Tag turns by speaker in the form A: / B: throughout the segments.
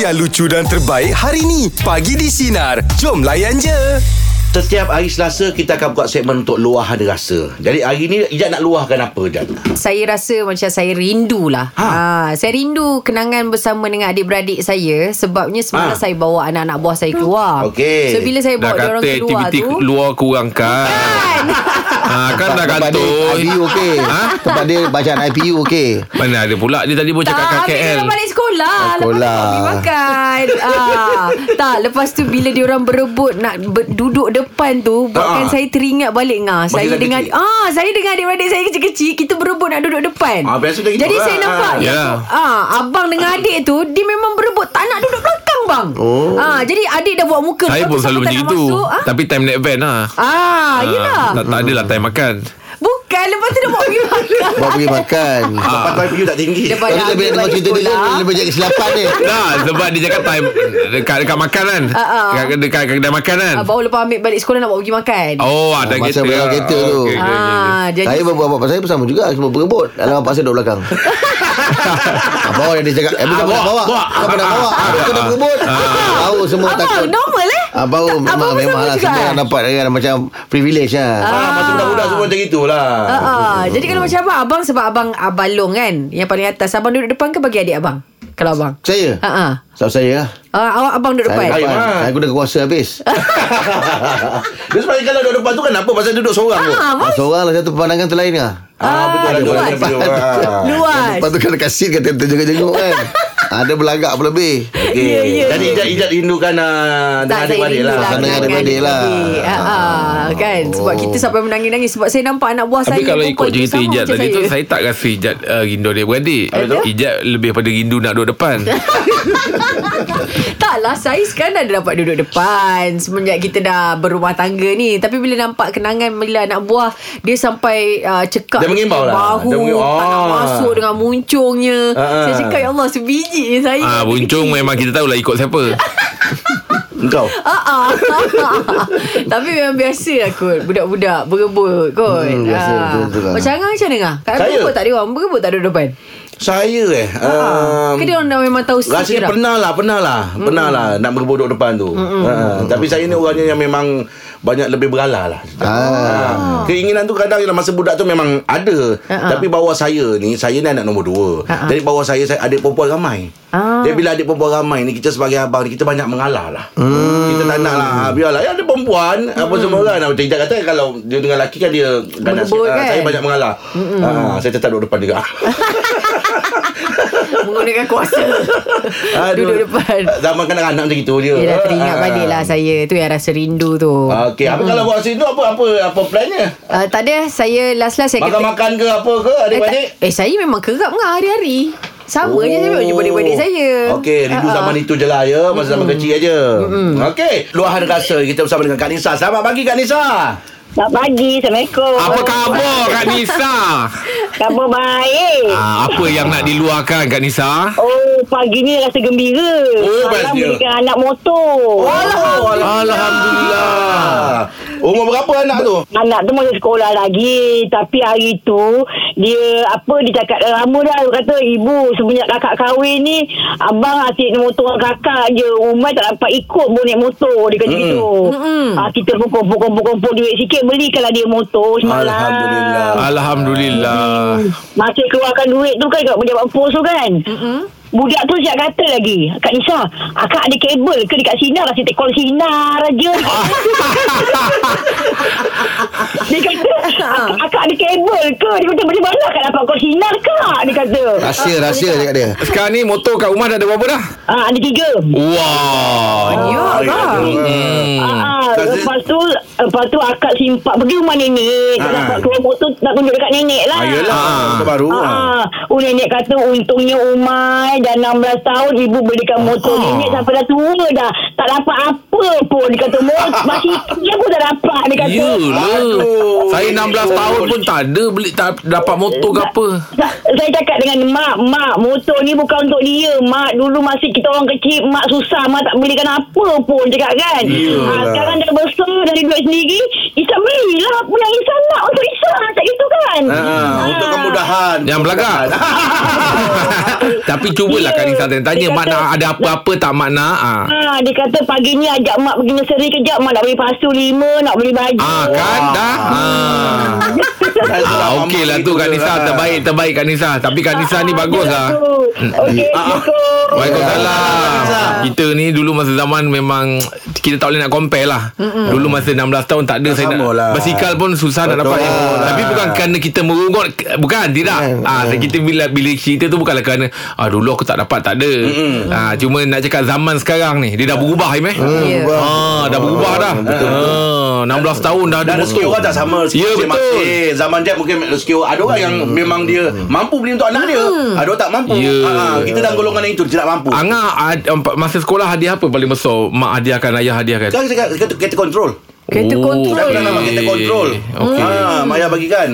A: yang lucu dan terbaik hari ni. Pagi di Sinar. Jom layan je.
B: Setiap hari Selasa kita akan buat segmen untuk luahan rasa. Jadi hari ni Ijat nak luahkan apa Ijat?
C: Saya rasa macam saya rindu lah.
B: Ha.
C: Ha. ha saya rindu kenangan bersama dengan adik-beradik saya sebabnya semalam
B: Ha.
C: ha. saya bawa anak-anak buah saya keluar.
B: Okey.
C: So bila saya
D: Dah
C: bawa dia orang
D: kata
C: keluar
D: aktiviti
C: tu
D: luar kurang kan
C: kan
D: ha, Kan dah
E: Tempat dia IPU
D: kantoi
E: okey.
D: Ha?
E: Tempat dia bacaan IPU okey.
D: Mana ada pula Dia tadi pun
C: tak,
D: cakap kat
C: habis dia
D: KL
C: orang balik sekolah
E: Sekolah.
C: Lepas tu pergi makan ah, Tak Lepas tu bila dia orang berebut Nak ber, duduk depan tu Buatkan
B: Ah.
C: saya teringat balik ngah.
B: Masa
C: Saya
B: dah
C: dengan
B: kecil.
C: ah, Saya dengan adik-adik saya kecil-kecil Kita berebut nak duduk depan
B: Ah, biasa dah gitu
C: Jadi
B: lah.
C: saya nampak
D: Ah.
C: dia
D: Yalah.
C: tu, ah, Abang dengan adik tu Dia memang berebut Tak nak duduk belakang bang oh. ah, Jadi adik dah buat muka
D: Saya
C: Lepas tu
D: pun
C: siapa
D: selalu
C: tak
D: macam
C: nak
D: itu
C: masuk, ah?
D: Tapi time naik van lah
C: Ah,
D: Ah,
C: yelah
D: tak, tak adalah time makan
C: Bukan Lepas tu dia buat pergi makan
E: Bawa pergi makan.
B: Ah. Tempat tu IPU tak tinggi.
C: Dia
E: Kalau
C: balik
E: dia bila dengar
C: balik
E: cerita dia kan,
C: sekolah.
E: dia lebih jadi kesilapan dia.
D: Dah sebab dia cakap time Dekat, dekat makan kan
C: Ah, ah.
D: Dekat, dekat, dekat kedai makan kan
C: Ah, baru lepas ambil balik sekolah nak buat pergi makan.
D: Oh ada
E: Ah, masa
D: kereta
E: belakang kereta
D: Oh,
E: tu.
D: okey, okey, okey.
C: Ah, jadi
E: Saya bawa bapak saya pun sama juga Cuma berebut Dalam bapak saya duduk belakang Ah, Bawa dia dia cakap Eh
D: Ah,
E: bukan pernah
D: bawa,
E: bawa
D: bawa.
E: Bukan pernah
D: Ah,
E: bawa
D: ah,
E: Aku kena
D: ah.
E: berebut Tahu semua
C: Abang
E: takut
C: normal eh
E: Ah, baru
C: Tak, abang pun
E: memang, memang
C: sama
E: lah
C: juga,
E: Semua orang
C: eh?
E: dapat dengan macam privilege lah
B: Ah, masa budak-budak semua macam itulah.
C: Ah, ah. Jadi kalau macam abang Abang sebab abang Abalong kan Yang paling atas Abang duduk depan ke bagi adik abang Kalau abang
E: Saya
C: Ah, ah.
E: Sebab saya lah
C: Ah, Awak abang duduk
E: Saya
C: depan
B: Baik,
E: depan
B: Mak.
E: Saya guna kuasa habis
B: Dia sebenarnya kalau duduk depan tu kenapa pasal duduk seorang tu?
C: Ah, abang
E: Seorang lah satu pandangan terlain lah
B: Ah, betul lah
C: luas.
B: duduk depan. Ah.
C: Luas
E: Lepas tu kan dekat seat Kata terjenguk-jenguk kan Ada belagak pun lebih
B: Okey.
C: Ya, ya,
B: Jadi
C: ya.
B: Ijat Ijat rindukan ah, dengan
C: tak saya
B: adik-adik
C: rindu
B: lah.
C: lah
E: Sana
C: dengan
E: adik-adik
C: adik-adik.
E: lah. Oh.
C: Ah, ah, Kan Sebab kita sampai menangis-nangis Sebab saya nampak anak buah
D: Tapi
C: saya
D: kalau ikut
C: perempuan tu
D: cerita
C: sama
D: Ijat
C: macam Ah, ya?
D: tadi tu Saya tak rasa Ijat uh, rindu dia beradik
B: Apa tu?
D: Ijat lebih pada rindu nak duduk depan
C: Tak lah Saya sekarang dah dapat duduk depan Semenjak kita dah berumah tangga ni Tapi bila nampak kenangan Bila anak buah Dia sampai uh, cekak
B: Dia mengimbau lah.
C: Bahu
B: Dia mengimbau.
C: Tak nak
B: Ah.
C: masuk dengan muncungnya
B: Ah, ah.
C: Saya cakap ya Allah Sebiji je saya
D: Ah, Buncung memang kita tahulah ikut siapa
B: Engkau.
C: Ah, ah. Tapi memang biasa lah kot Budak-budak berebut kot Ah.
E: Hmm, biasa, betul, betul lah.
C: Macam Angang macam mana Angang? Kat
B: Saya?
C: berebut tak ada orang Berebut tak ada depan
B: Saya eh.
C: um,
B: um,
C: Ke dia orang dah memang tahu sikit
B: Rasanya
C: dah?
B: pernah lah Pernah lah Pernah lah Nak berbodok depan tu Ha, Tapi saya ni orangnya yang memang Banyak lebih berala lah
C: Ah.
E: Ah.
B: Ha, Keinginan tu kadang Dalam masa budak tu memang ada
C: Ha,
B: Tapi bawah saya ni Saya ni anak nombor dua Jadi bawah saya, saya Adik perempuan ramai
C: Ah.
B: Jadi bila adik perempuan ramai ni Kita sebagai abang ni Kita banyak mengalah lah
C: Hmm.
B: Kita tak nak lah ha, Biarlah Ya ada perempuan Apa semua kan Macam Ijat kata Kalau dia dengan lelaki kan dia kadang-
C: Berebut
B: ha,
C: kan? Hmm.
B: Saya banyak mengalah ha, Saya tetap duduk depan juga
C: Menggunakan kuasa Duduk depan
B: Zaman kanak-kanak macam gitu je
C: Yelah teringat
B: Ah.
C: balik lah saya Tu yang rasa rindu tu uh,
B: Okey, apa kalau buat sini apa apa apa plannya?
C: Tak ada Saya last-last saya kata
B: Makan-makan ke apa ke adik-adik?
C: eh, tak, eh saya memang kerap ngah hari-hari Sama oh. je saya memang jumpa adik-adik saya
B: Okey, rindu
C: Ah, Hmm. ah.
B: zaman itu je lah ya Masa zaman kecil aja Okey Luahan rasa Kita bersama dengan Kak Nisa Selamat pagi Kak Nisa
F: Selamat pagi. Assalamualaikum.
D: Apa khabar Kak Nisa?
F: Khabar baik.
D: Ah, apa yang nak diluahkan Kak Nisa?
F: Oh, pagi ni rasa gembira.
B: Oh, bestnya.
F: Malam belikan anak motor.
D: Oh.
B: Alhamdulillah Umur berapa anak tu?
F: Anak tu masih sekolah lagi Tapi hari tu Dia apa Dia cakap dah lama dah Dia kata ibu Semenjak kakak kahwin ni Abang asyik naik motor dengan kakak je Umar tak dapat ikut pun naik motor Dia kata mm. gitu ha, Kita pun kumpul-kumpul duit sikit Belikanlah dia motor semalam
B: Alhamdulillah.
D: Alhamdulillah.
F: Masih keluarkan duit tu kan Kat pejabat pos tu kan mm Budak tu siap kata lagi Kak Nisa Akak ada kabel ke dekat sinar Asyik take call sinar aja Dia kata "Akak- Akak ada kabel ke Dia kata benda mana Akak dapat call sinar kak Dia kata
E: Rahsia rahsia cakap dia
D: Sekarang ni motor kat rumah dah ada berapa dah?
F: ah, Ada tiga
D: Wah.
C: Ya bang
D: Hmm.
F: Ah,
B: Kasi-
F: lepas tu Lepas tu akak simpak Pergi rumah nenek
B: Ah.
F: Tak dapat keluar motor Nak tunjuk dekat nenek lah
B: Ah, yelah Motor baru
F: Ah, oh, nenek kata untungnya Umar dah 16 tahun ibu belikan motor
D: Ah.
F: nenek sampai dah tua dah. Tak dapat apa pun dia kata motor masih dia pun tak dapat dia kata.
D: Ya. Yelah.
B: Aduh.
D: Saya 16 tahun pun tak ada beli tak dapat motor ke apa.
F: Sa- Saya cakap dengan mak, mak motor ni bukan untuk dia. Mak dulu masih kita orang kecil, mak susah, mak tak belikan apa pun cakap kan.
B: Yelah.
F: Ha, sekarang dah besar dari duit sendiri, Isa belilah apa yang Isa nak untuk Isa. Macam itu kan.
B: Ah, untuk kemudahan
D: Yang belakang. Tapi cubalah Kak Nisa tanya
F: dia
D: mak
F: kata-
D: nak ada apa-apa tak mak nak. Ah.
F: Ha, dia kata pagi ni ajak mak pergi nursery kejap. Mak nak beli pasu lima, nak beli baju.
D: Ah kan dah. Ah, ah okey lah tu Kak Nisa terbaik terbaik Kak Nisa. Tapi Kak Nisa ni bagus Ah, lah.
F: Okey, Assalamualaikum.
D: Waalaikumsalam Kita ni dulu masa zaman memang Kita tak boleh nak compare lah Mm-mm. Dulu masa 16 tahun tak ada saya nak,
B: sama lah.
D: Basikal pun susah nak dapat
B: lah.
D: Tapi bukan kerana kita merungut Bukan tidak ah, Kita bila bila cerita tu bukanlah kerana ah, Dulu aku tak dapat tak ada ah, Cuma nak cakap zaman sekarang ni Dia dah berubah Im eh
C: Ya.
D: ah, Dah berubah dah ah, 16 tahun dah ada
B: Dan rezeki orang tak sama rezeki
D: Ya, Hmm.
B: masing-masing. Zaman dia mungkin rezeki orang ada orang yang memang dia mampu beli untuk anak dia.
C: Hmm.
B: Ada orang tak mampu.
D: Ya.
B: Ha, kita dalam golongan yang itu tidak mampu.
D: Angah ad- empat- masa sekolah hadiah apa paling besar Mak hadiahkan ayah hadiahkan
B: Sekarang kita kita, kita kontrol.
C: Kereta
D: Oh,
C: kontrol.
B: Dah pernah nama kita kontrol.
D: Okey. Hmm.
B: Ha, Maya bagikan.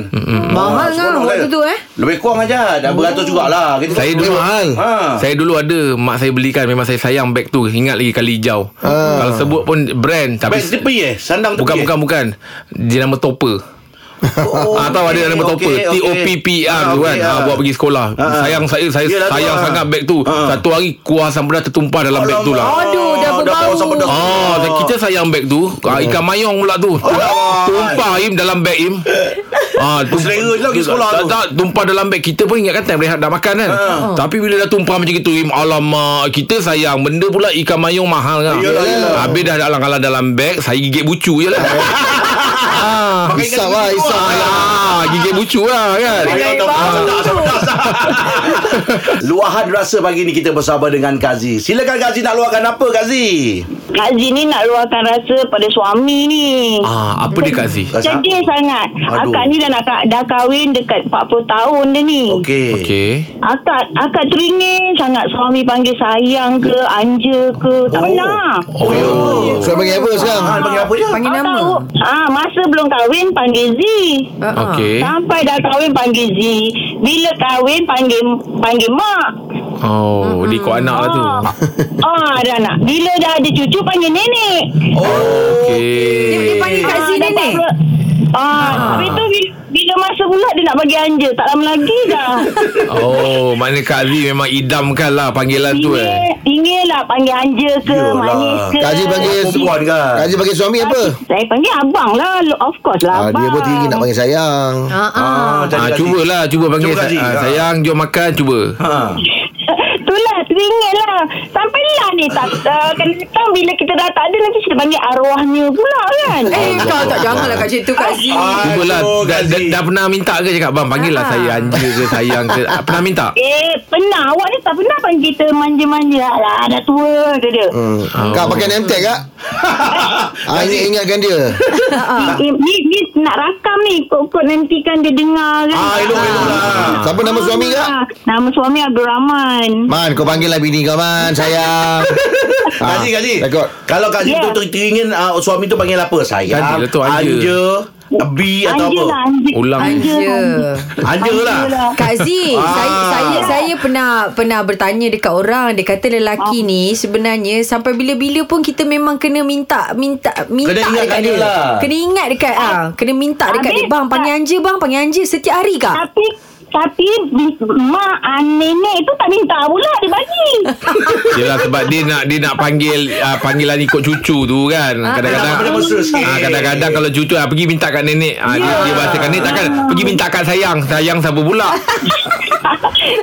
C: Mahal
B: seronok
C: kan waktu
B: saya.
C: tu eh. Oh.
B: Lebih kurang aja dah beratus jugalah. Kita
D: Saya dulu
E: Mahal.
D: ha. Saya dulu ada Mak saya belikan Memang saya sayang beg tu Ingat lagi kali hijau ha. Kalau sebut pun brand Tapi
B: Best tepi eh Sandang tepi
D: Bukan
B: eh?
D: bukan bukan Dia nama topper
B: oh,
D: Ah, tahu ada nama
B: okey,
D: topper
B: okey.
D: T-O-P-P-R
B: Ah,
D: tu kan
B: okey,
D: ah,
B: ah.
D: Buat pergi sekolah
B: Ah, ah.
D: Sayang saya saya
B: Yelah tu,
D: Sayang
B: ah.
D: sangat beg tu
B: Ah.
D: Satu hari Kuah asam pedas tertumpah dalam beg tu lah
C: Alamak. Aduh, dah berbau.
B: bau sampai dah-
D: Ah, oh, kita sayang beg tu. Ah, ikan mayong pula tu. Tumpah im dalam beg im. Ah, tum-
B: Selera je lah pergi sekolah
D: tak,
B: tu. Ha.
D: Tak, tumpah dalam beg. Kita pun ingatkan time rehat dah makan kan. Tapi bila dah tumpah macam itu im, alamak, kita sayang benda pula ikan mayong mahal kan.
B: Yelah, yelah.
D: Habis dah dalam kalau dalam beg, saya gigit bucu je lah.
B: Ha.
D: ah,
B: Pakai ikan
E: Isap lah
B: tepi tu,
E: Isap
B: ah.
D: ah, gigit bucu lah kan.
B: Ayah tak
C: bau.
B: pedas, tak pedas. Luahan rasa pagi ni kita bersama dengan Kazi. Silakan Kazi nak luahkan apa Kazi?
F: Kak Z ni nak luahkan rasa pada suami ni.
D: Ah, apa dia Kak Zee?
F: Sedih sangat.
B: Aduh.
F: Akak ni dah nak dah kahwin dekat 40 tahun dah ni.
B: Okey.
D: Okey.
F: Akak akak teringin sangat suami panggil sayang ke anja ke tak pernah.
D: Oh, oh.
E: Saya panggil apa sekarang
B: Mahal Ah, bagi apa je?
C: Panggil nama.
F: Tahu. Ah masa belum kahwin panggil Z.
C: Ah, ah.
E: Eh?
D: Okey.
F: Sampai dah kahwin panggil Z. Bila kahwin panggil panggil mak.
D: Oh, di kau anak lah tu.
C: Ha.
F: Ah dah nak. Bila dah ada cucu panggil nenek.
B: Oh.
D: Okey.
C: Dia, dia panggil Kak Z
F: dah
C: nenek.
F: tak ber- Ah, habis tu bila, bila masa pula dia nak bagi anja. Tak lama lagi dah.
D: Oh, maknanya Kak Zee memang idamkan lah panggilan tu eh.
F: Ingin, ingin lah panggil anja ke,
B: Yolah.
F: manis ke.
E: Kaji panggil
B: Perempuan kan?
E: Kaji panggil suami apa
F: Saya panggil abang lah. Lo- Of course lah
E: ah,
F: abang.
E: Dia pun tinggi nak panggil sayang
C: Ah, ah.
B: Ah,
D: Ah,
B: jadi Kazi.
E: lah.
D: cubalah, cuba panggil
B: Cuba, Kak Zee.
D: ah,
B: Ah.
D: sayang, jom makan, cuba.
B: Ha.
F: Itulah, teringin lah. Sampailah ni tak. Uh, kadang bila kita dah tak ada lagi, kita panggil arwahnya pula kan.
B: Ah,
C: Eh, kau tak janganlah kat situ Kak Z.
D: Cubalah
B: Aduh,
D: dah,
B: Kak
D: dah,
B: Zee.
D: dah pernah minta ke cakap Bang Panggil lah
C: Ah.
D: saya anja ke sayang ke Ah, Pernah minta?
F: Eh, pernah. Awak ni tak pernah panggil kita manja-manja. Alah, dah tua. Kata dia. Hmm.
D: Ah.
E: hmm. Kak pakai name tag kak ah, Ini ingatkan dia
C: Ah.
F: Ni, ni, ni nak rakam ni. Kok-kok nanti kan dia dengar kan.
B: Ah, elok elok lah.
E: Siapa nama suami kak
F: Ah, Nama suami Abdul Rahman.
E: Man kau panggil lah bini kau man Sayang
B: Ah. Kazi, Kazi.
E: Rekod
B: Kalau Kazi
F: Ya.
B: tu tu teringin ah, suami tu panggil apa? Sayang,
D: Kazi lah tu, anja.
B: anja, B atau
F: Anja
B: apa?
F: lah, Anja.
D: Ulang.
F: Anja,
C: Ya.
F: Anja.
B: Anja lah.
C: Kak Z,
F: Ah.
C: saya saya saya pernah pernah bertanya dekat orang, dia kata lelaki
F: Ah.
C: ni sebenarnya sampai bila-bila pun kita memang kena minta minta minta
B: Kena ingatkan
C: dekat
B: dia
C: dia.
B: lah.
C: Kena ingat dekat ah, kena minta dekat
F: Habis
C: dia bang, panggil anja bang, panggil anja setiap hari kak.
F: Tapi tapi bi- mak ah, nenek tu tak minta pula dia bagi.
D: Yelah sebab dia nak dia nak panggil ah, Panggilan ikut cucu tu kan
C: Ah.
D: Kadang-kadang
B: Pada masa sikit.
D: Ah, kadang-kadang kalau cucu ah, pergi minta kat nenek ah, dia, dia bahasakan nenek takkan pergi minta kat sayang sayang siapa pula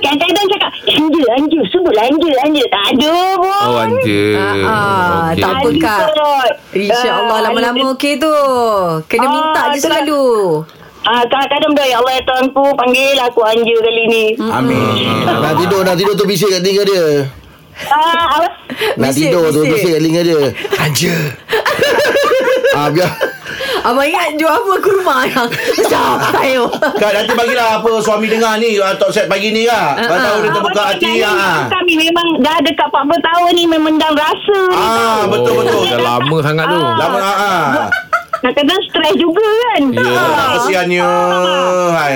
F: Kadang-kadang cakap anja anja sebutlah anja anja tak ada pun.
D: oh anja
C: Ah, ah,
D: Okey.
C: tak apa.
F: Anja
C: Kak.
F: perut.
C: InsyaAllah
F: Ah,
C: lama-lama okey tu. Kena
F: Ah,
C: minta je
F: itulah.
C: selalu.
F: Ah, kadang-kadang dah ya Allah ya Tuhanku panggil aku anja kali ni.
B: Hmm. Amin.
E: Nak tidur Nak tidur tu bisik kat telinga dia
F: Ah, apa?
E: Nak
C: Bisik,
E: tidur tu
C: bisik.
E: bisik kat telinga dia
A: Anja.
E: ah, Biar
C: Abang ingat jual apa kurma yang sampai.
B: Kak nanti bagilah apa suami dengar ni ah, Tok Set pagi ni lah
C: Ah,
B: Kau tahu dia terbuka
F: Abang
B: hati
F: cakap
B: ah.
F: ni, Kami memang dah dekat 40 tahun ni memendam rasa.
B: Ah
D: Oh,
B: betul betul
D: Dah lama sangat tu
B: Lama ah, ah.
F: Kadang-kadang stres juga kan.
D: Ya.
B: Kesiannya Hai.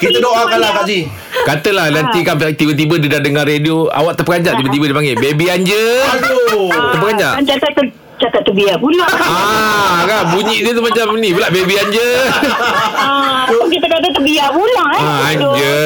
B: Kita doakanlah Kak Ji
D: Katalah nanti
C: Ah.
D: kan tiba-tiba dia dah dengar radio Awak terperanjat tiba-tiba dia panggil Baby Anja
B: Aduh
D: Terperanjat
F: Macam saya ter- Ah, kan cakap terbiar pula.
D: Ah, kan bunyi dia tu macam ni pula baby anja.
F: Ah, kita kata terbiar pula eh.
D: Ah, anja.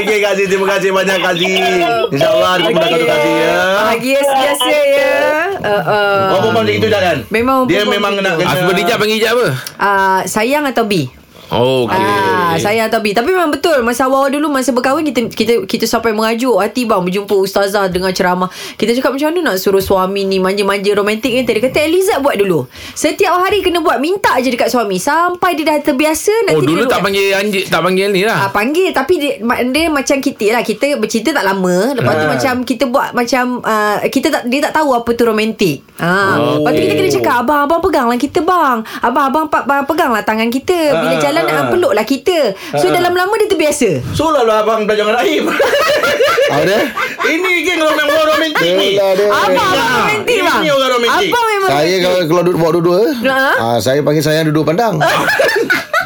B: Okey Kak Zee, terima kasih banyak Kak Zee. InsyaAllah ada pun datang Kak Zee ya.
C: Bahagia sentiasa Ah, ya. Uh, uh.
B: Oh, perempuan macam itu jalan.
C: Memang
B: dia
C: perempuan
B: memang
C: macam
B: nak kena.
D: Asal berhijab panggil hijab apa?
C: Uh, sayang atau B?
D: Oh, okey.
C: Ah, sayang atau B. Tapi memang betul masa awal dulu masa berkahwin kita kita kita sampai mengajuk hati bang berjumpa ustazah dengan ceramah. Kita cakap macam mana nak suruh suami ni manja-manja romantik kan tadi kata Elizabeth buat dulu. Setiap hari kena buat minta je dekat suami sampai dia dah terbiasa nanti
D: Oh,
C: dia
D: dulu
C: buat.
D: tak panggil anja, tak panggil ni
C: Ah,
D: lah.
C: panggil tapi dia, ma- dia macam kita lah kita bercinta tak lama lepas tu macam kita buat macam uh, kita tak dia tak tahu apa tu romantik ha oh. lepas tu kita kena cakap abang abang peganglah kita bang abang abang, pa- abang peganglah tangan kita bila
B: Ah,
C: jalan
B: ah.
C: uh, peluklah kita so dalam lama dia terbiasa
B: So lalu abang belajar dengan Rahim.
E: Ada?
B: Ini geng orang orang romantik ni.
E: Yelah dia.
C: abang abang romantik lah. bang
B: Ah. Ini orang romantik.
C: abang memang
E: Saya kalau kalau duduk bawa dua-dua,
C: Ha? Ah.
E: ah, saya panggil sayang dua-dua pandang.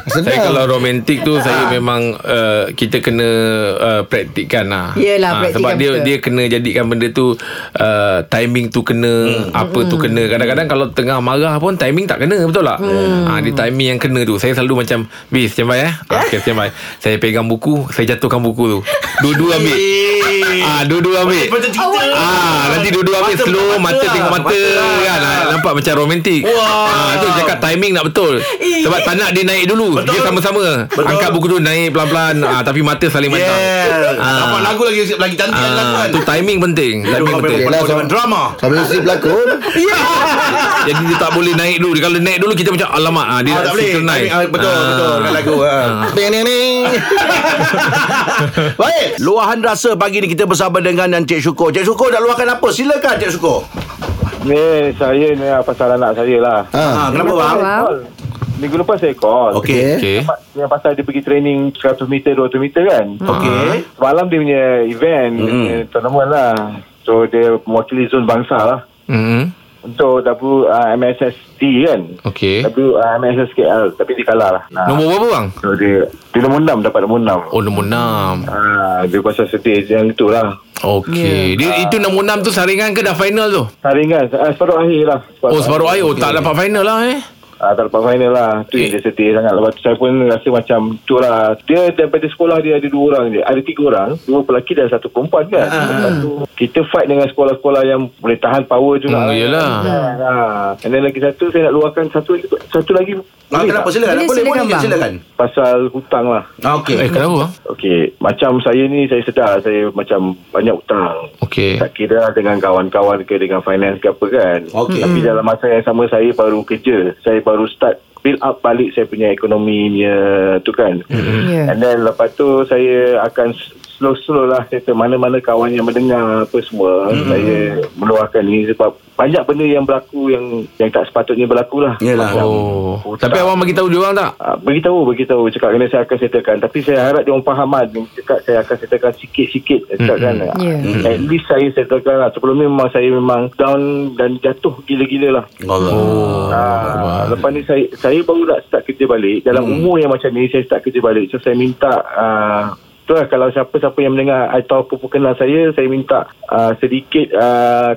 E: Senang.
C: Ya.
D: Saya kalau romantik tu saya memang uh, kita kena uh, praktikkan lah.
C: Yelah,
D: Ah,
C: praktikkan
D: sebab dia
C: betul.
D: dia kena jadikan benda tu uh, timing tu kena, apa
C: Hmm.
D: tu kena. Kadang-kadang kalau tengah marah pun timing tak kena, betul tak?
C: Hmm.
D: Ah dia timing yang kena tu. Saya selalu macam, "Bis, standby eh." Ah, okay, standby. Saya pegang buku, saya jatuhkan buku tu. Dua-dua ambil.
B: Eh,
D: Ah, dua-dua ambil.
B: Macam cerita.
D: Ah, nanti dua-dua ambil
B: Mata-
D: slow
B: mata
D: mata,
B: lah,
D: tengok mata,
B: mata lah.
D: kan. Ah, nampak macam romantik.
B: Wah.
D: Ah, tu cakap timing nak betul. Sebab tak nak dia naik dulu.
B: Betul.
D: Dia sama-sama.
B: Betul.
D: Angkat buku tu naik pelan-pelan ah, tapi mata saling mentang.
B: Yeah.
D: Ah.
B: Dapat lagu lagi lagi cantik kan lagu
D: Ah,
B: kan.
D: tu timing penting. Timing
B: Kau
D: penting.
B: boleh
E: Yelah,
B: buat
E: so-
B: drama.
E: Sambil si pelakon
C: Ya.
D: Jadi dia tak boleh naik dulu. Dia Kalau naik dulu kita macam alamak ah, dia
B: Ah,
D: nak
B: tak boleh.
D: synchronize.
B: Timing, ah, Betul,
D: Ah.
B: betul. Kan lagu. ah.
E: Ding ding ding
B: Baik, luahan rasa pagi ni kita bersama dengan Encik Syukur. Encik Syukur nak luahkan apa? Silakan Encik Syukur.
G: Ni saya ni ah, pasal anak saya lah.
B: Ha,
E: ha.
B: kenapa
G: Minggu
B: bang?
G: lepas saya
C: Wow.
G: call. Minggu lepas saya call.
B: Okey.
D: Ah, Okey.
G: Nampak Yang pasal dia pergi training 100 meter, 200 meter kan.
D: Hmm.
B: Okey.
G: Semalam dia punya event, dia
B: Mm-mm.
G: punya tournament lah. So dia mewakili zon bangsa lah.
D: Hmm.
G: Untuk uh, WMSSD kan. uh,
D: Okey.
G: WMSSKL. Tapi dia kalah lah. Nah.
D: Nombor berapa bang?
G: So dia, dia nombor 6, dapat nombor 6.
D: Oh nombor 6
G: Ah, dia pasal sedih yang tu lah.
D: Okey Dia itu nombor 6 tu saringan ke dah final tu?
G: Saringan, ah, separuh akhir lah.
D: Oh separuh air Oh tak dapat final lah eh
G: Ah, tak dapat final lah Tu yang dia sedih sangat Lepas tu saya pun rasa macam Tu lah Dia daripada sekolah dia ada dua orang je Ada tiga orang Dua lelaki dan satu perempuan kan Lepas tu Kita fight dengan sekolah-sekolah yang Boleh tahan power
D: Hmm,
G: juga lah.
D: yelah.
G: Ah, And then lagi satu Saya nak luahkan satu satu lagi
B: Ah,
G: Boleh
B: kenapa
G: tak?
B: silakan?
C: Boleh,
B: Boleh,
C: silakan,
B: boleh,
C: bang.
B: silakan.
G: Pasal hutang lah
B: Ah, Okey.
D: Eh kenapa bang?
G: Okey Macam saya ni Saya sedar Saya macam Banyak hutang
D: Okey
G: tak kira lah dengan kawan-kawan ke dengan finance ke apa kan
B: Okey.
G: tapi dalam masa yang sama saya baru kerja saya baru start build up balik saya punya ekonomi punya tu kan
C: Yeah.
G: and then lepas tu saya akan s- slow-slow lah kata mana-mana kawan yang mendengar apa semua saya meluahkan ni sebab banyak benda yang berlaku yang yang tak sepatutnya berlaku lah
B: Yelah.
G: Macam
D: Oh
G: hutang.
D: Tapi awak bagi tahu dia orang tak?
G: Ah, beritahu beritahu cakap kena saya akan settlekan tapi saya harap dia orang faham lah dia cakap saya akan settlekan sikit-sikit saya cakap kan
C: Yeah.
G: Ah, at least saya settlekan lah sebelum ni memang saya memang down dan jatuh gila-gila lah
B: Allah.
D: Oh
G: Ah, lepas ni saya saya baru nak start kerja balik dalam
D: Hmm.
G: umur yang macam ni saya start kerja balik so saya minta ah, tu lah kalau siapa-siapa yang mendengar atau apa pun kenal saya saya minta ah, sedikit ah,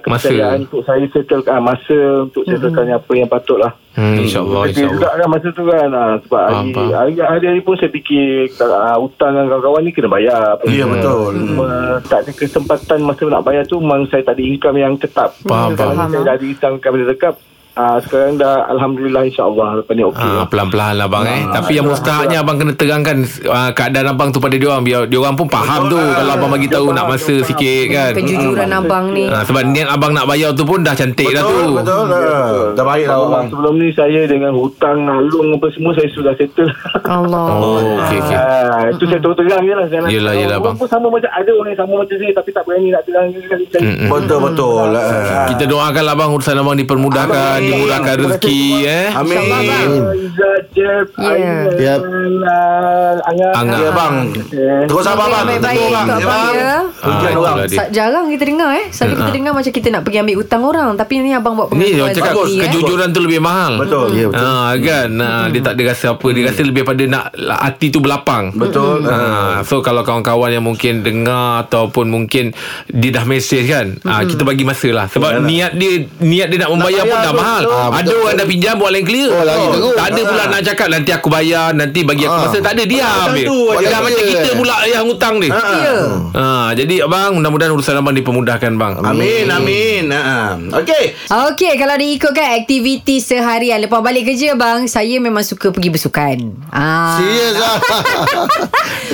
D: Masa.
G: kepercayaan untuk saya settlekan ah, masa untuk settlekan apa yang patut lah
D: Hmm, InsyaAllah
G: Sedih
D: insya
G: juga kan masa tu kan ah, Sebab
D: Faham,
G: hari,
D: faham.
G: hari, hari-hari pun saya fikir ah, Hutang dengan kawan-kawan ni kena bayar apa
B: Ya,
G: semua.
B: betul. Hmm.
G: Cuma, Tak ada kesempatan masa nak bayar tu Memang saya tak ada income yang tetap
D: Faham,
G: Kalau
C: faham.
G: saya dah ada income yang tetap ah, Sekarang dah Alhamdulillah insyaAllah Lepas ni okey
D: Ah,
G: lah.
D: pelan-pelan lah bang eh. Tapi yang mustahaknya abang kena terangkan ah, keadaan abang tu pada dia orang biar dia orang pun faham tu kalau abang bagi tahu nak masa sikit kan.
C: kejujuran abang ni
D: Ah, sebab niat abang nak bayar tu pun dah cantik dah tu.
B: Betul, betul. ah. Dah baik lah
G: Sebelum,
B: abang.
D: Hmm.
G: sebelum ni saya dengan hutang Alung apa semua Saya sudah settle
C: Allah
D: Oh okey okey.
G: Ah, itu saya terus terang je lah. Saya nak-
D: Yelah, yelah, bang.
G: orang pun sama macam ada orang yang sama macam saya
D: Mm.
G: tapi tak berani nak terang. Saya-
B: Betul, betul. ah.
D: Kita doakan lah abang urusan abang dipermudahkan Amin. Dimurahkan rezeki eh.
B: Amin.
C: InsyaAllah, bang.
G: Izzat, Jeff,
C: Ya.
G: Aizan,
E: Yep.
G: uh, Angah.
D: Angah.
B: Ya bang.
G: Okay.
B: Terus sabar bang.
C: Baik-baik
B: Tegur bang.
C: untuk
B: Ya
C: abang,
B: bang.
C: ya.
B: Hujan
D: Ah,
B: orang.
D: itulah dia.
C: Sa- jarang kita dengar eh Selalu kita dengar macam kita nak pergi ambil hutang orang Tapi ni abang buat
D: Ni orang cakap
C: sendiri, eh. Hmm.
D: kejujuran tu lebih mahal.
B: Betul.
E: Ya, betul.
D: Ha, kan ha, Dia tak ada rasa apa Dia rasa lebih pada nak la- Hati tu berlapang
B: Betul.
D: ha, So kalau kawan-kawan yang mungkin Dengar Ataupun mungkin Dia dah mesej kan
C: Hmm.
D: ha, Kita bagi masa lah Sebab
B: Yalah.
D: niat dia Niat dia nak membayar pun
B: bayar
D: dah
B: tu,
D: mahal
B: betul. Ah.
D: ha,
E: betul,
D: Ada orang dah pinjam Buat lain clear
E: Oh, lagi teruk.
D: Tak ada pula nak cakap Nanti aku bayar Nanti bagi aku
E: Ah.
D: masa Tak ada dia habis
B: tu aja. Ah.
D: Dah macam kita pula Yang hutang dia
C: Ya
D: ha, Jadi abang Mudah-mudahan urusan abang Dipermudahkan bang
B: Amin, amin. Ha. Okey.
C: Okey, kalau diikutkan aktiviti seharian lepas balik kerja bang, saya memang suka pergi bersukan. Ah.
E: Serius lah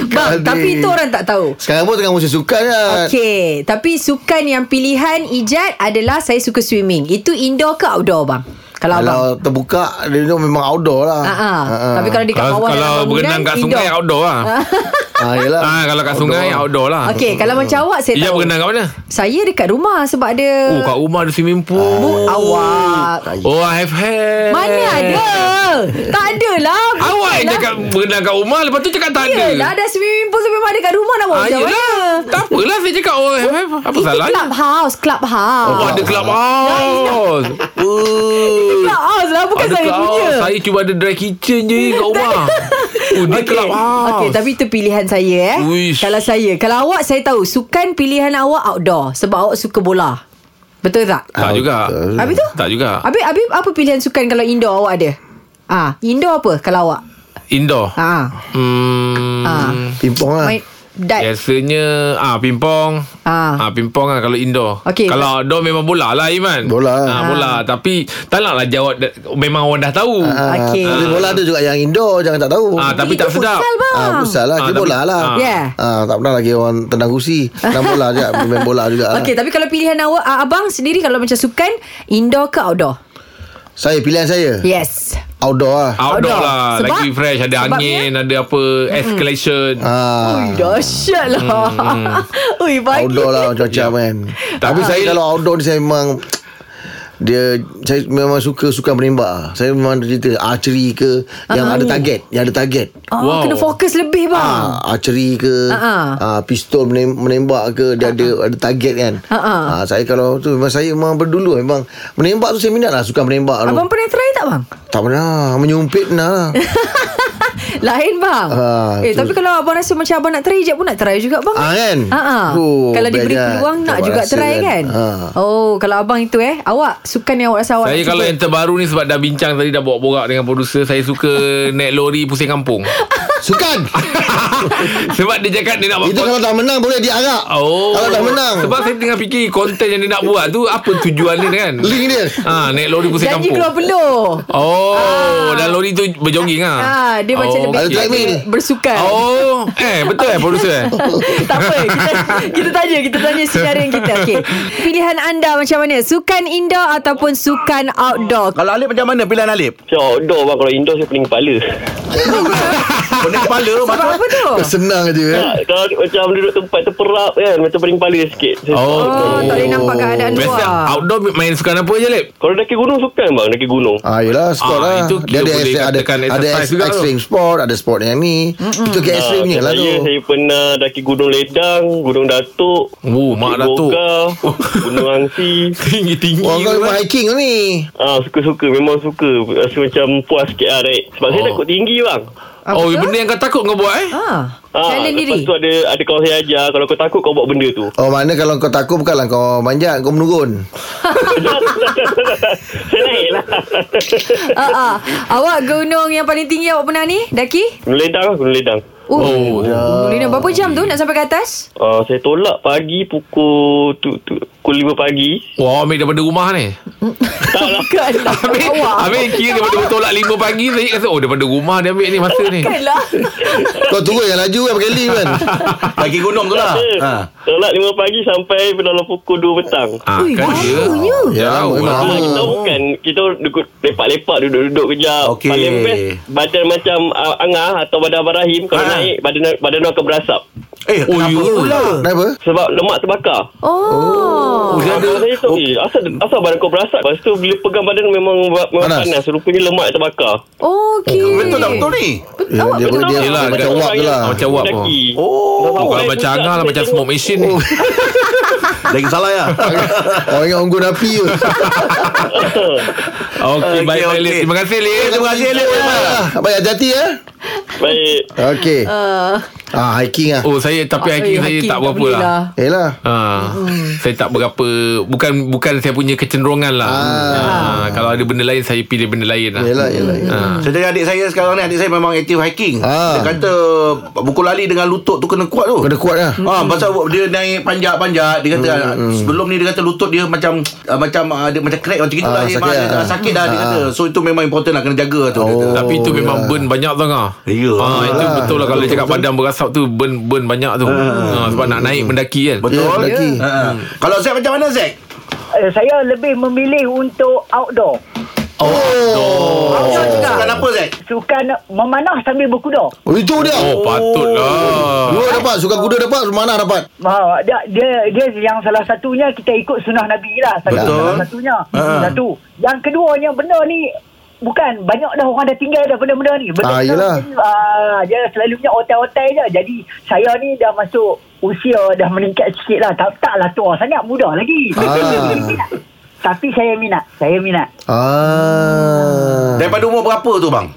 C: Bang,
E: Kali.
C: tapi itu orang tak tahu.
E: Sekarang pun tengah musim sukan kan
C: Okey, tapi sukan yang pilihan Ijat adalah saya suka swimming. Itu indoor ke outdoor bang? Kalau abang.
E: Kalau terbuka Dia tu memang outdoor lah
C: Ah, ah. Tapi kalau dekat
D: Kalau,
C: bawah
D: kalau
C: dalam bangunan,
D: berenang kat sungai
C: indoor. Ha?
D: Outdoor lah
E: ah, yelah.
D: ha, Kalau kat sungai Outdoor lah
C: Okey, kalau macam awak saya
D: Ijab
C: tahu. Ha.
D: berenang kat mana?
C: Saya dekat rumah sebab ada
D: Oh kat rumah ada swimming pool
C: Bu- awak.
D: Oh I have had
C: Mana ada? Tak ada lah.
D: Awak yang
C: Yelah.
D: cakap Berenang kat rumah Lepas tu cakap tak ada
C: Yelah dah swimming pool Memang dekat rumah Nak buat
D: Ah,
C: macam
D: yelah.
C: mana lah.
D: Tak apalah saya cakap Oh I have had Apa
C: Itu
D: salahnya?
C: clubhouse Clubhouse
D: Oh ada Oh, club house
C: Clubhouse lah Bukan
D: Ada
C: saya
D: club
C: lah. punya
D: house Saya cuba ada dry kitchen je Kat rumah Oh dia club house
C: Okey tapi itu pilihan saya eh
D: Uish.
C: Kalau saya Kalau awak saya tahu Sukan pilihan awak outdoor Sebab awak suka bola Betul tak?
D: Tak juga
C: Habis tu?
D: Tak juga
C: Habis, habis apa pilihan sukan Kalau indoor awak ada? Ah, Indoor apa kalau awak?
D: Indoor
C: Ah, Ah.
D: Hmm
E: Pimpong lah
C: Main dat.
D: Biasanya ah pingpong.
C: Ah.
D: Ah pingpong ah kalau indoor.
C: Okey.
D: Kalau outdoor memang bola lah Iman.
E: Bola.
D: Ah bola tapi tak naklah jawab da- memang orang dah tahu. Ah,
E: Ah,
C: Okey.
E: Tapi bola ada juga yang indoor Jangan tak tahu
D: tapi
C: Itu
D: tak
C: Oh,
D: sedap.
C: futsal, bang.
E: Ah, futsal lah
D: Ah,
E: Dia
D: tapi-
E: bola lah
D: ah.
C: Yeah.
E: ah, Tak pernah lagi orang Tendang kursi Tendang bola je Main bola juga lah.
C: Okey, tapi kalau pilihan awak ah, abang sendiri kalau macam sukan indoor ke outdoor?
E: Saya pilihan saya
C: Yes.
E: Outdoor lah
D: Outdoor
C: Outdoor.
D: lah
C: Sebab-
D: Lagi fresh Ada
C: sebabnya-
D: angin Ada apa Escalation
E: ah,
C: Ui, dahsyat lah.
D: Hmm.
C: Ui, bagi.
E: Outdoor lah cuaca yeah. kan Tapi saya kalau outdoor ni saya memang dia saya memang suka suka menembak. Saya memang ada cerita archery ke yang
C: Ah,
E: ada target, yang ada target.
C: Oh, wow.
D: Wow.
C: kena fokus lebih bang.
E: Ah, archery ke
C: Ah,
E: ah, pistol menem- menembak ke dia ada ada target kan.
C: Ah, ah.
E: Ah, saya kalau tu memang saya memang berdulu memang menembak tu saya minat lah suka menembak tu.
C: Abang pernah try tak bang?
E: Tak pernah menyumpit pernah.
C: Lain bang.
E: Ah,
C: eh,
E: tu-
C: tapi kalau abang rasa macam abang nak try je pun nak try juga bang.
E: Ah, kan?
C: Ha ah.
E: Oh,
C: kalau diberi
E: banyak.
C: peluang nak
E: Abang
C: juga
E: rasa
C: try kan.
E: kan. Ah.
C: Oh, kalau abang itu eh, awak sukan yang awak rasa awak
D: Saya
C: nak
D: kalau
C: cuba.
D: yang terbaru ni Sebab dah bincang tadi Dah borak-borak dengan producer Saya suka Naik lori pusing kampung
E: Sukan.
D: Sebab dia cakap Dia nak buat
E: Itu kalau dah menang boleh diarak.
D: Oh
E: Kalau dah menang.
D: Sebab saya tengah fikir Konten yang dia nak buat tu Apa tujuan dia kan
E: link dia.
D: Ah, naik lori pusing
C: Janji
D: kampung
C: keluar peluh.
D: Oh, dan lori tu berjoging ah.
C: Ah, dia macam lebih
E: Ada
D: okey.
E: treadmill.
C: bersukan.
D: Oh, eh betul eh producer eh.
C: tak apa kita, kita tanya Kita tanya sinarin kita okay. Pilihan anda macam mana Sukan indoor Ataupun sukan outdoor
B: Kalau Alip macam mana pilihan Alip?
H: Macam outdoor bang Kalau indoor saya pening kepala
B: Pening kepala
C: Sebab
B: maksud
C: apa tu
E: Senang je kan.
H: Tak, Ha, Kalau macam duduk tempat terperap kan Macam pening kepala sikit Saya suka
D: Oh.
H: outdoor.
C: Oh tak boleh nampak keadaan
D: Biasa
C: luar
D: outdoor main sukan apa je, Lep?
H: Kalau daki gunung sukan bang Daki gunung
E: Ah, yelah sport
D: Ah,
E: lah
D: itu kita
E: Dia ada,
D: boleh
E: ada,
D: katakan
E: ada
D: exercise
E: ex-
D: juga tu. Ah,
E: extreme sport Ada sport yang ni Itu ke extreme punya lah
H: saya,
D: ya,
E: tu
H: saya pernah daki Gunung Ledang, Gunung Datuk,
D: Oh, Mak
H: Bukit
D: Datuk.
H: Bogah, Gunung Angsi.
D: Tinggi-tinggi. kan.
E: Wah Oh, kau memang
D: pula.
E: hiking lah ni
H: Ah suka-suka memang suka rasa macam puas sikit lah naik sebab oh. saya
D: Oh.
H: takut tinggi bang
D: Oh,
C: Apa tu?
D: benda yang kau takut kau buat eh?
C: Ah,
H: Ah,
C: Challenge diri
H: lepas tu ada ada kawan saya ajar kalau kau takut kau buat benda tu
E: Oh mana kalau kau takut Bukanlah kau manjat Kau menurun
H: saya naik lah
C: Ah, ah. Awak gunung yang paling tinggi Awak pernah ni Daki
H: gunung ledang lah gunung ledang
C: Oh, oh Gunung berapa jam tu Nak sampai ke atas
H: Ah, saya tolak pagi pukul tu, tu, pukul 5 pagi
D: Wah, ambil daripada rumah ni.
C: Bukanlah
D: Ambil, ambil kira daripada bertolak 5 pagi saya kata oh daripada rumah dia ambil ni masa ni.
C: Bukanlah
E: Kau turun yang laju kan Pakai lift kan
B: Kaki gunung tu lah. Ha.
H: Tolak 5 pagi sampai dalam pukul 2 petang.
D: Ah,
C: Ui,
D: kan dia.
C: barunya.
E: Ya,
D: Jauh lah.
E: memang
H: Ah,
E: Ah.
H: kita bukan Kita duduk lepak-lepak Duduk-duduk kejap
B: Okey.
H: Paling best Badan macam uh, Angah ah, Atau badan Abang Rahim Kalau
B: Ah.
H: naik Badan badan orang akan berasap
B: Eh,
D: Oh,
B: kenapa
D: ya.
B: pula?
E: Kenapa?
H: Sebab lemak terbakar.
C: Oh.
H: Dia ada saya tahu eh, asal asal badan kau berasap. Lepas tu bila pegang badan memang ba- memang
E: Panas.
H: panas. panas. Rupanya lemak terbakar.
C: Okey.
B: Betul tak betul ni?
C: Betul.
E: Ya,
C: Awak
E: dia,
C: betul
E: dia,
C: awak.
E: dia,
D: Yelah,
E: macam
D: kan.
E: wap je lah.
D: Macam wap pun.
B: Oh,
D: Oh, kalau macam Angah lah Macam smoke machine ni
B: lagi salah ya.
E: Ha. Orang yang unggun api je.
D: Okey, baik
B: okey.
D: baik Lip. Terima kasih Lip
B: Terima kasih Alif.
E: Abang hati-hati ya.
H: Baik.
E: Okey. Ah, hiking lah.
D: Oh saya Tapi hiking saya
C: hiking
D: tak berapa
C: boleh
D: lah
E: Eh lah.
D: Ha, saya tak berapa bukan bukan saya punya kecenderungan lah. Ha, kalau ada benda lain saya pilih benda lain lah.
E: Ah. Yelah, yelah. yelah.
D: Ha.
B: Saya tanya adik saya sekarang ni Adik saya memang aktif hiking
E: Ah.
B: Dia kata Buku lali dengan lutut tu kena kuat tu
E: Kena kuat Hmm, lah.
B: Ah, pasal dia naik panjat-panjat dia kata sebelum ni dia kata lutut dia macam ah, macam ah, dia macam crack macam gitu lah
E: Ah,
B: dia,
E: sakit
B: dia,
E: lah.
B: dia, sakit dah dia
E: Ah.
B: kata so itu memang important lah kena jaga tu dia kata.
E: Oh.
D: Tapi itu memang
E: yelah.
D: burn banyak tau kau.
B: Ya.
D: Ha, itu
E: Yelah.
D: betul lah kalau dia cakap badan berasap tu burn burn banyak tu. Ha,
E: Ah.
D: sebab nak naik mendaki kan.
B: betul
E: Ya, lagi.
B: Ah, ah. kalau Zack macam mana Zack
F: Eh, saya lebih memilih untuk outdoor.
B: oh, sukan apa Zack
E: Hmm.
F: Sukan memanah sambil berkuda.
E: Oh, itu dia.
D: Oh, patutlah.
E: Dua dapat. Suka kuda dapat. Mana dapat.
F: Ha, dia, dia dia yang salah satunya kita ikut sunnah Nabi lah. Salah,
B: Betul.
F: salah satunya.
B: Ha.
F: Satu. Yang keduanya benda ni bukan banyak dah orang dah tinggal dah benda-benda ni. Benda
E: Ah, yelah.
F: Ah, dia selalunya hotel-hotel je. Jadi saya ni dah masuk usia dah meningkat sikit lah. Tak, taklah tua sangat muda lagi.
E: Ah.
F: Tapi saya minat. Saya minat.
E: Ah.
B: daripada umur berapa tu bang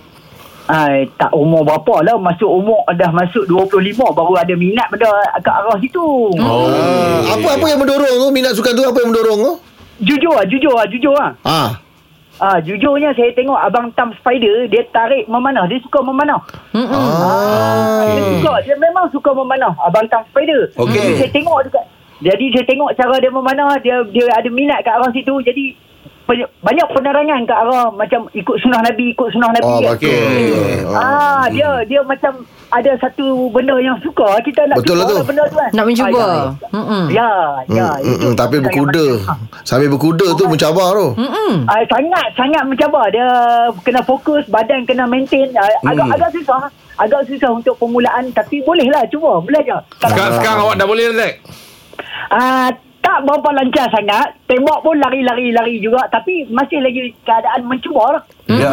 F: Ay, tak umur berapa lah Masuk umur Dah masuk 25 Baru ada minat benda Ke arah situ
D: Oh.
E: Ah, Apa-apa yang mendorong tu? Minat sukan tu apa yang mendorong tu?
F: Jujur lah Jujur lah Jujur lah
E: Ah.
F: ah, Jujurnya saya tengok Abang Tam Spider Dia tarik memanah Dia suka memanah
E: Ah.
F: Dia suka Dia memang suka memanah Abang Tam Spider
B: Okey.
F: Jadi saya tengok dekat Jadi saya tengok cara dia memanah Dia dia ada minat ke arah situ Jadi banyak, banyak penerangan ke arah Macam ikut sunnah Nabi Ikut sunnah Nabi
E: Oh, Hmm.
F: kan.
E: betul.
F: Ah, dia dia macam ada satu benda yang suka kita nak
E: Betul lah tu.
F: cuba benda tu kan.
C: Nak mencuba.
F: Ah,
C: Mm-mm.
F: ya, ya.
E: Hmm,
F: itu
E: hmm, tapi
F: yang
E: berkuda.
F: macam-
E: Sambil berkuda tu mencabar tu.
F: Ah, ah, sangat sangat mencabar. Dia kena fokus, badan kena maintain. Ah, agak agak susah. Agak susah untuk permulaan tapi bolehlah cuba, belajar.
D: Sekarang, sekarang awak dah boleh Zack?
F: Ah, tak berapa lancar sangat. Tembak pun lari-lari-lari juga tapi masih lagi keadaan mencuba lah.
B: ya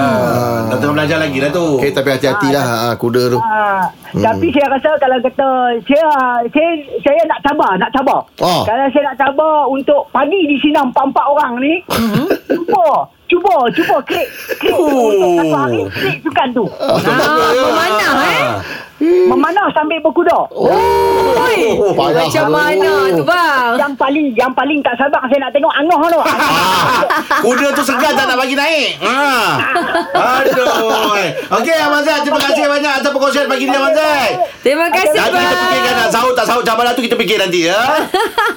B: dah tengah belajar lagi dah tu
E: Okay, tapi hati-hatilah ah, kuda tu.
F: Ah, tapi saya rasa kalau kata saya saya saya nak sabar, nak sabar.
E: Ah.
F: Kalau saya nak sabar untuk pagi di sini empat-empat orang ni, cuba, cuba, cuba klik klik untuk satu hari klik sukan tu.
C: Ah, memanah eh.
F: Memanah sambil berkuda.
C: Oi,
E: Oh, payah
C: macam
E: tu.
C: mana tu bang?
F: Yang paling yang paling tak sabar saya nak tengok angah tu.
B: Ah. Kuda tu segan tak nak bagi naik. Ha. Aduh. Okey Abang Zaid, terima kasih banyak atas perkongsian pagi ni Abang Zaid.
C: Terima kasih
B: Nanti kita fikirkan
C: bang.
B: nak sahut tak sahut cabaran tu kita fikir nanti ya.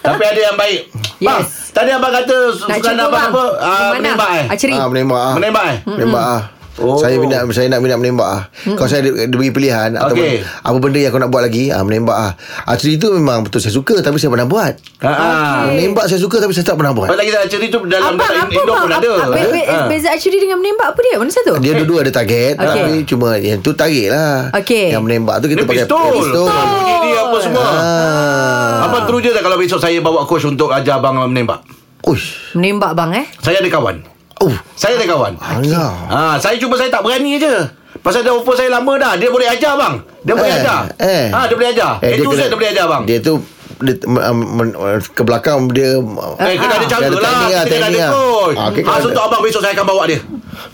B: Tapi ada yang baik. Bang,
C: Yes.
B: tadi abang kata su-
C: Nak
B: sukan
C: cuba
B: abang
C: bang.
B: apa? Ah,
C: Memanah.
B: menembak eh.
C: Archery.
E: Ah, menembak ah.
B: Menembak eh.
C: Hmm.
E: Menembak ah.
B: Oh.
E: Oh. Saya minat saya nak minat menembak ah. Kalau saya di- diberi pilihan atau
B: Okey.
E: apa benda yang aku nak buat lagi, ah menembak ah. Archery tu memang betul saya suka tapi saya pernah buat.
B: Ha. ah.
E: Menembak saya suka tapi saya tak pernah buat.
B: Pasal lagi archery tu dalam
C: Abang,
B: dalam
C: apa bang?
B: pun ada.
C: Apa, apa, be-
B: Ha.
C: beza actually dengan menembak apa dia? Mana satu?
E: Dia dua-dua ada target
C: Okey.
E: Tapi cuma Yang tu target lah
C: Okey.
E: Yang menembak tu
B: Dia
E: Kita pakai
B: pistol. Pistol. Bunyi dia apa semua.
E: Ah.
B: Abang teruja tak kalau besok saya bawa coach untuk ajar abang menembak?
E: Uish
C: Menembak bang eh.
B: Saya ada kawan.
E: Oh
B: Saya ada kawan.
E: Angah
B: Ha, saya cuba saya tak berani je. Pasal dah offer saya lama dah. Dia boleh ajar bang. Dia boleh ajar.
E: eh.
B: Ha, dia boleh ajar. Eh, tu saya dia boleh ajar bang.
E: Dia tu dia, um, men, ke belakang dia
B: Eh, kena ada cara lah. Kita kena ada coach.
E: Ah, okay,
B: Ha, so untuk
E: ada.
B: abang besok saya akan bawa dia.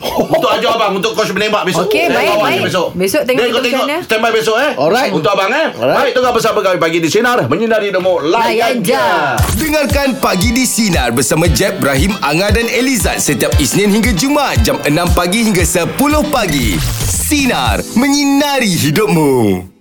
B: untuk ajar abang untuk coach menembak besok.
C: Okey,
B: Saya
C: baik,
B: bawa dia
C: baik.
B: Besok.
C: Besok tengok
B: Dia
C: kita
B: ikut tengok
C: macam mana.
B: stand by besok eh.
E: Alright.
B: Untuk abang eh.
E: Alright.
B: Baik, tengok bersama kami pagi di sinar menyinari demo
C: Layan
B: layan
C: je.
B: je.
A: Dengarkan Pagi di Sinar bersama Jeb, Ibrahim, Anga dan Elizad setiap Isnin hingga Jumaat jam 6 pagi hingga 10 pagi. Sinar. Menyinari hidupmu.